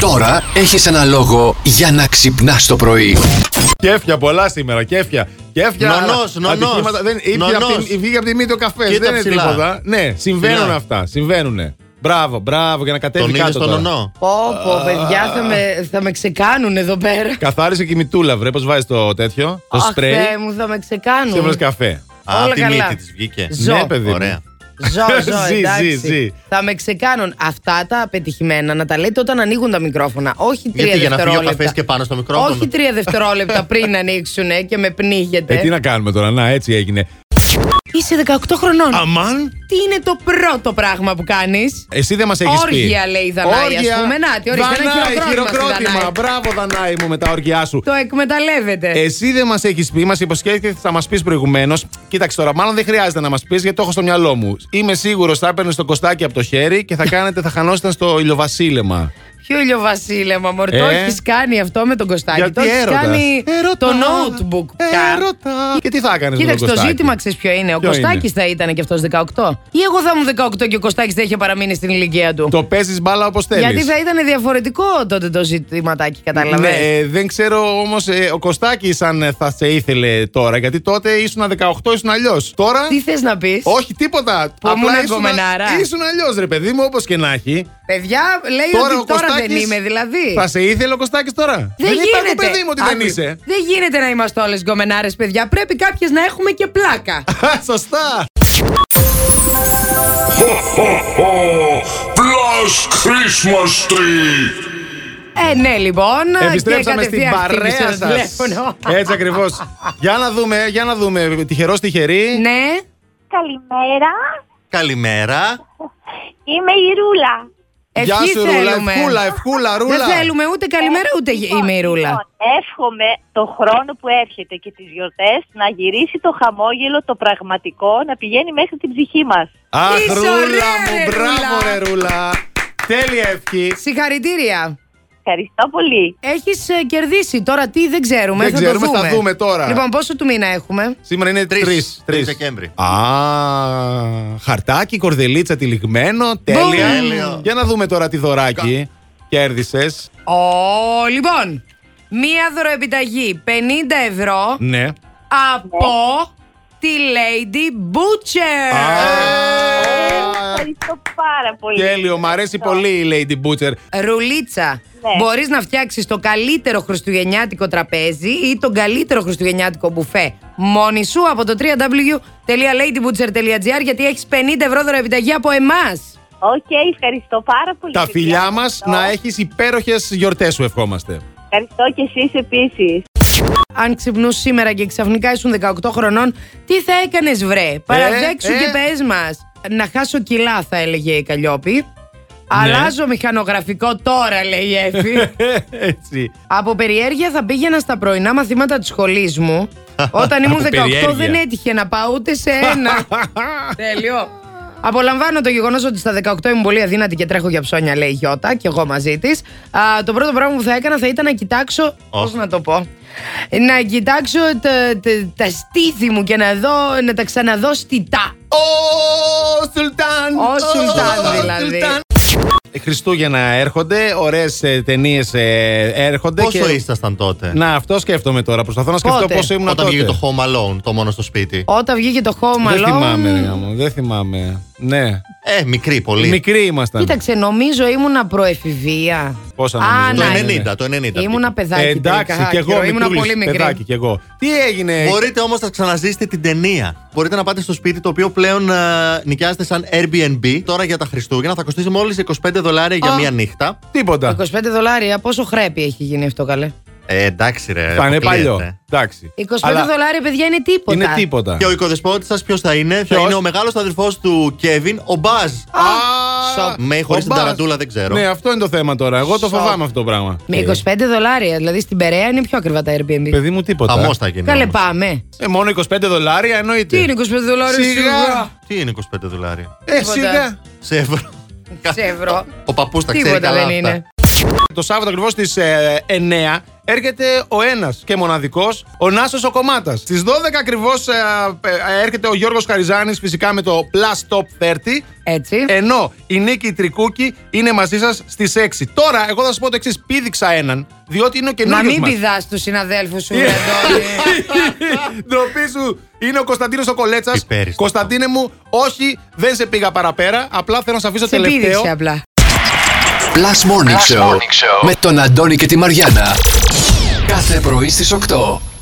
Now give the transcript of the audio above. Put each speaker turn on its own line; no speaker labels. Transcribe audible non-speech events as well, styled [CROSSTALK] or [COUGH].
Τώρα έχεις ένα λόγο για να ξυπνάς το πρωί.
Κέφια πολλά σήμερα, κέφια. Κέφια.
Νονός,
αλλά
νονός.
ατυχήματα Δεν, ήπια
Νονός.
απ' την- βγήκε από τη μύτη ο καφές.
Κοίτα
Δεν είναι
ψηλά.
τίποτα. Ναι, συμβαίνουν
Ναι.
αυτά. Συμβαίνουν. Μπράβο, μπράβο για να κατέβει
Τον είδε
κάτω.
στον
τώρα.
ονό.
Πω, πω, παιδιά, θα με, θα με ξεκάνουν εδώ πέρα.
Καθάρισε και η μητούλα, βρε, πώς βάζεις το τέτοιο. Το
Αχ,
σπρέι.
Θεέ μου, θα με
Και έβαλε
ξεκάνουν.
καφέ.
Α,
Όλα
τη
καλά.
μύτη της βγήκε.
Ζω.
Ναι, παιδί. μου.
Ωραία.
Ζω, ζω,
Ζη,
εντάξει.
ζη, ζη.
Θα με ξεκάνουν αυτά τα πετυχημένα να τα λέτε όταν ανοίγουν τα μικρόφωνα. Όχι τρία
Γιατί για να φύγει ο
δευτερόλεπτα.
καφές και πάνω στο μικρόφωνο.
Όχι τρία δευτερόλεπτα πριν ανοίξουν και με πνίγετε.
Ε, τι να κάνουμε τώρα, να έτσι έγινε.
Είσαι 18 χρονών.
Αμάν.
Τι είναι το πρώτο πράγμα που κάνεις.
Εσύ δεν μας έχεις πει.
Όργια, λέει η Δανάη, ας πούμε. Να, τι, ορίστε, ένα
Δανάη,
χειροκρότημα στη Δανάη.
Μπράβο, Δανάη μου, με τα όργια σου.
Το εκμεταλλεύεται.
Εσύ δεν μας έχεις πει, μας υποσχέθηκε ότι θα μας πεις προηγουμένως. Κοίταξε τώρα, μάλλον δεν χρειάζεται να μας πεις γιατί το έχω στο μυαλό μου. Είμαι σίγουρος θα έπαιρνες το κοστάκι από το χέρι και θα κάνετε, θα χανόσασταν στο ηλιοβασίλεμα.
Ποιο ηλιοβασίλεμα, Μωρή. Το
Ε.
έχεις κάνει αυτό με τον Κωστάκη.
γιατί
το έχεις
έρωτα.
κάνει το notebook. πια.
Έρωτα. Και τι θα έκανε με τον
Κοίταξε, το
κοστάκι.
ζήτημα ξέρεις ποιο είναι. Ο
Ποιο
Κωστάκης θα ήταν και αυτός 18. Ή εγώ θα ήμουν 18 και ο Κωστάκης θα είχε παραμείνει στην ηλικία του.
Το παίζεις μπάλα όπως θέλεις.
Γιατί θα ήταν διαφορετικό τότε το ζητηματάκι, κατάλαβες.
Ναι, ε, δεν ξέρω όμως ο Κωστάκης αν ε, θα σε ήθελε τώρα. Γιατί τότε ήσουν 18, ήσουν αλλιώς. Τώρα.
Τι θες να πεις.
Όχι, τίποτα.
Που ήμουν
ήσουν-
κομμενάρα.
Ήσουν αλλιώς, ρε παιδί μου, όπως και να έχει.
Παιδιά, λέει
Τώρα ο
ότι τώρα δεν
Κωστάκης
είμαι, δηλαδή.
Θα σε ήθελε ο Κωστάκης τώρα.
Δεν,
υπάρχει,
γίνεται.
παιδί μου ότι δεν
Άκου,
είσαι.
Δεν γίνεται να είμαστε όλες γκομενάρες, παιδιά. Πρέπει κάποιες να έχουμε και πλάκα.
Α, Σωστά.
Plus Christmas tree.
ε, ναι, λοιπόν.
Επιστρέψαμε
και
στην
κατευθείαν χτύπησε ναι,
παρέα
το τηλέφωνο.
σα. Έτσι ακριβώς. για να δούμε, για να δούμε. Τυχερός, τυχερή.
Ναι.
Καλημέρα.
Καλημέρα.
Είμαι η Ρούλα.
Γεια
ευχή
σου, Ρούλα.
θέλουμε.
Ευχούλα, ευχούλα, Ρούλα.
Δεν θέλουμε ούτε καλημέρα ούτε
Λοιπόν,
η Μυρούλα.
λοιπόν, Εύχομαι το χρόνο που έρχεται και τις γιορτές να γυρίσει το χαμόγελο το πραγματικό να πηγαίνει μέχρι την ψυχή μας.
Αχ,
Είσαι
Ρούλα
ωραία,
μου,
ρε,
μπράβο,
Ρούλα.
ρε Ρούλα. Τέλεια ευχή.
Συγχαρητήρια.
Ευχαριστώ πολύ.
Έχεις ε, κερδίσει τώρα τι δεν ξέρουμε.
Δεν
θα
ξέρουμε,
το
θα
δούμε.
δούμε τώρα.
Λοιπόν, πόσο του μήνα έχουμε.
Σήμερα είναι 3.
Τρεις. Τρεις Δεκέμβρη.
Α, χαρτάκι, κορδελίτσα τυλιγμένο. Τέλεια.
Τέλειο.
Για να δούμε τώρα τι δωράκι κέρδισες.
Ω, λοιπόν. Μία δωροεπιταγή 50 ευρώ
Ναι.
από τη Lady Butcher. Ε!
Α,
Ευχαριστώ πάρα πολύ.
Τέλειο, μ' αρέσει πολύ η Lady Butcher.
Ρουλίτσα,
Ναι.
μπορείς να φτιάξεις το καλύτερο χριστουγεννιάτικο τραπέζι ή τον καλύτερο χριστουγεννιάτικο μπουφέ μόνη σου από το www.ladybutcher.gr γιατί έχεις 50 ευρώ δωροεπιταγή από εμάς.
Οκ, ευχαριστώ πάρα πολύ.
Τα
παιδιά.
φιλιά μας να
Ευχαριστώ.
έχεις υπέροχες γιορτές σου, ευχόμαστε.
Ευχαριστώ και εσείς επίσης.
Αν ξυπνούς σήμερα και ξαφνικά ήσουν 18 χρονών, τι θα έκανες βρε, παραδέξου
ε.
και πες μας. Να χάσω κιλά θα έλεγε η Καλλιόπη.
Ναι.
Αλλάζω μηχανογραφικό τώρα λέει η
[LAUGHS]
Εφη.
Ε, Έτσι.
Από περιέργεια θα πήγαινα στα πρωινά μαθήματα της σχολής
[LAUGHS]
μου. Όταν ήμουν
Από
18
περιέργεια.
δεν έτυχε να πάω ούτε σε
[LAUGHS]
ένα. Τέλειο. Απολαμβάνω το γεγονός ότι στα 18 ήμουν πολύ αδύνατη και τρέχω για ψώνια, λέει η Γιώτα, και εγώ μαζί της. Το πρώτο πράγμα που θα έκανα θα ήταν να κοιτάξω. Πώς να το πω. Να κοιτάξω τα, τα- τα στήθη μου και να, δω, να τα ξαναδώ στιτά.
Ο Σουλτάν!
Ο Σουλτάν,
Ο
δηλαδή.
Σουλτάν. Ε, Χριστούγεννα έρχονται, ωραίες ταινίες ε, έρχονται.
Πόσο
και-
ήσασταν τότε.
Να, αυτό σκέφτομαι τώρα. Προσπαθώ να σκεφτώ
Πότε?
πόσο ήμουν
Όταν
τότε.
βγήκε το Home Alone, το μόνο στο σπίτι.
Όταν βγήκε το χώμα,
Δεν θυμάμαι, ρε, γάμο, δεν θυμάμαι. Ναι.
Ε, μικρή πολύ.
Μικροί ήμασταν.
Κοίταξε, νομίζω ήμουνα προεφηβεία.
Πόσα
Α,
νομίζω,
Το
ναι.
ναι,
90, το 90.
Ήμουνα παιδάκι.
Ε, Εντάξει,
τελικά,
και εγώ.
Κιρο. Ήμουνα
μικρούλης,
πολύ μικρή.
παιδάκι κι εγώ. Τι έγινε.
Μπορείτε όμως να ξαναζήσετε την ταινία. Μπορείτε να πάτε στο σπίτι το οποίο πλέον α, νοικιάζεται σαν Airbnb. Τώρα για τα Χριστούγεννα θα κοστίζει μόλι 25 δολάρια για μία νύχτα.
Τίποτα.
25 δολάρια, πόσο χρέπει έχει γίνει αυτό καλέ.
Ε, εντάξει, ρε.
Θα είναι
αποκλείεται.
παλιό. Εντάξει.
25
Αλλά
δολάρια, παιδιά, είναι τίποτα.
Είναι τίποτα.
Και ο οικοδεσπότης σας ποιος θα είναι,
Ποιος?
θα είναι ο μεγάλος αδερφός του Κέβιν, ο Μπαζ.
Α,
Με ή χωρίς
ο
την
Μπάς.
ταραντούλα δεν ξέρω.
Ναι, αυτό είναι το θέμα τώρα. Εγώ το φοβάμαι αυτό το πράγμα.
Με 25 δολάρια, δηλαδή στην Περαία είναι πιο ακριβά τα Airbnb.
Ε. Παιδί μου, τίποτα.
Χαμός θα γίνει.
Καλέ,
όμως.
πάμε.
Ε, μόνο 25 δολάρια εννοείται.
Τι είναι 25 δολάρια,
Σιγά.
Τι είναι 25 δολάρια.
Ε,
Τίποτα.
σιγά.
Σε ευρώ.
σε ευρώ.
Ο παππούς τα ξέρει
Τίποτα
καλά
δεν
αυτά.
είναι.
Το Σάββατο ακριβώς στις 9 ε, έρχεται ο ένας και μοναδικός, ο Νάσος ο Κομμάτα. Στι 12 ακριβώς ε, έρχεται ο Γιώργος Χαριζάνης, φυσικά με το Plus Top 30.
Έτσι.
Ενώ η Νίκη Τρικούκη είναι μαζί σας στις 6. Τώρα, εγώ θα σα πω το εξής: πήδηξα έναν, διότι είναι ο
Να
καινούριο.
μην
[LAUGHS]
πηδάς τους συναδέλφους
Ε.
σου, ρε Αντώνη.
Ντροπή σου. Είναι ο Κωνσταντίνος ο Κολέτσας.
Υπέριστο.
Κωνσταντίνε μου, όχι, δεν σε πήγα παραπέρα. Απλά θέλω να σε αφήσω
Σε
τελευταίο.
πήδηξε απλά.
Plus Morning, Show, με τον Αντώνη και τη Μαριάνα. Κάθε πρωί στις 8.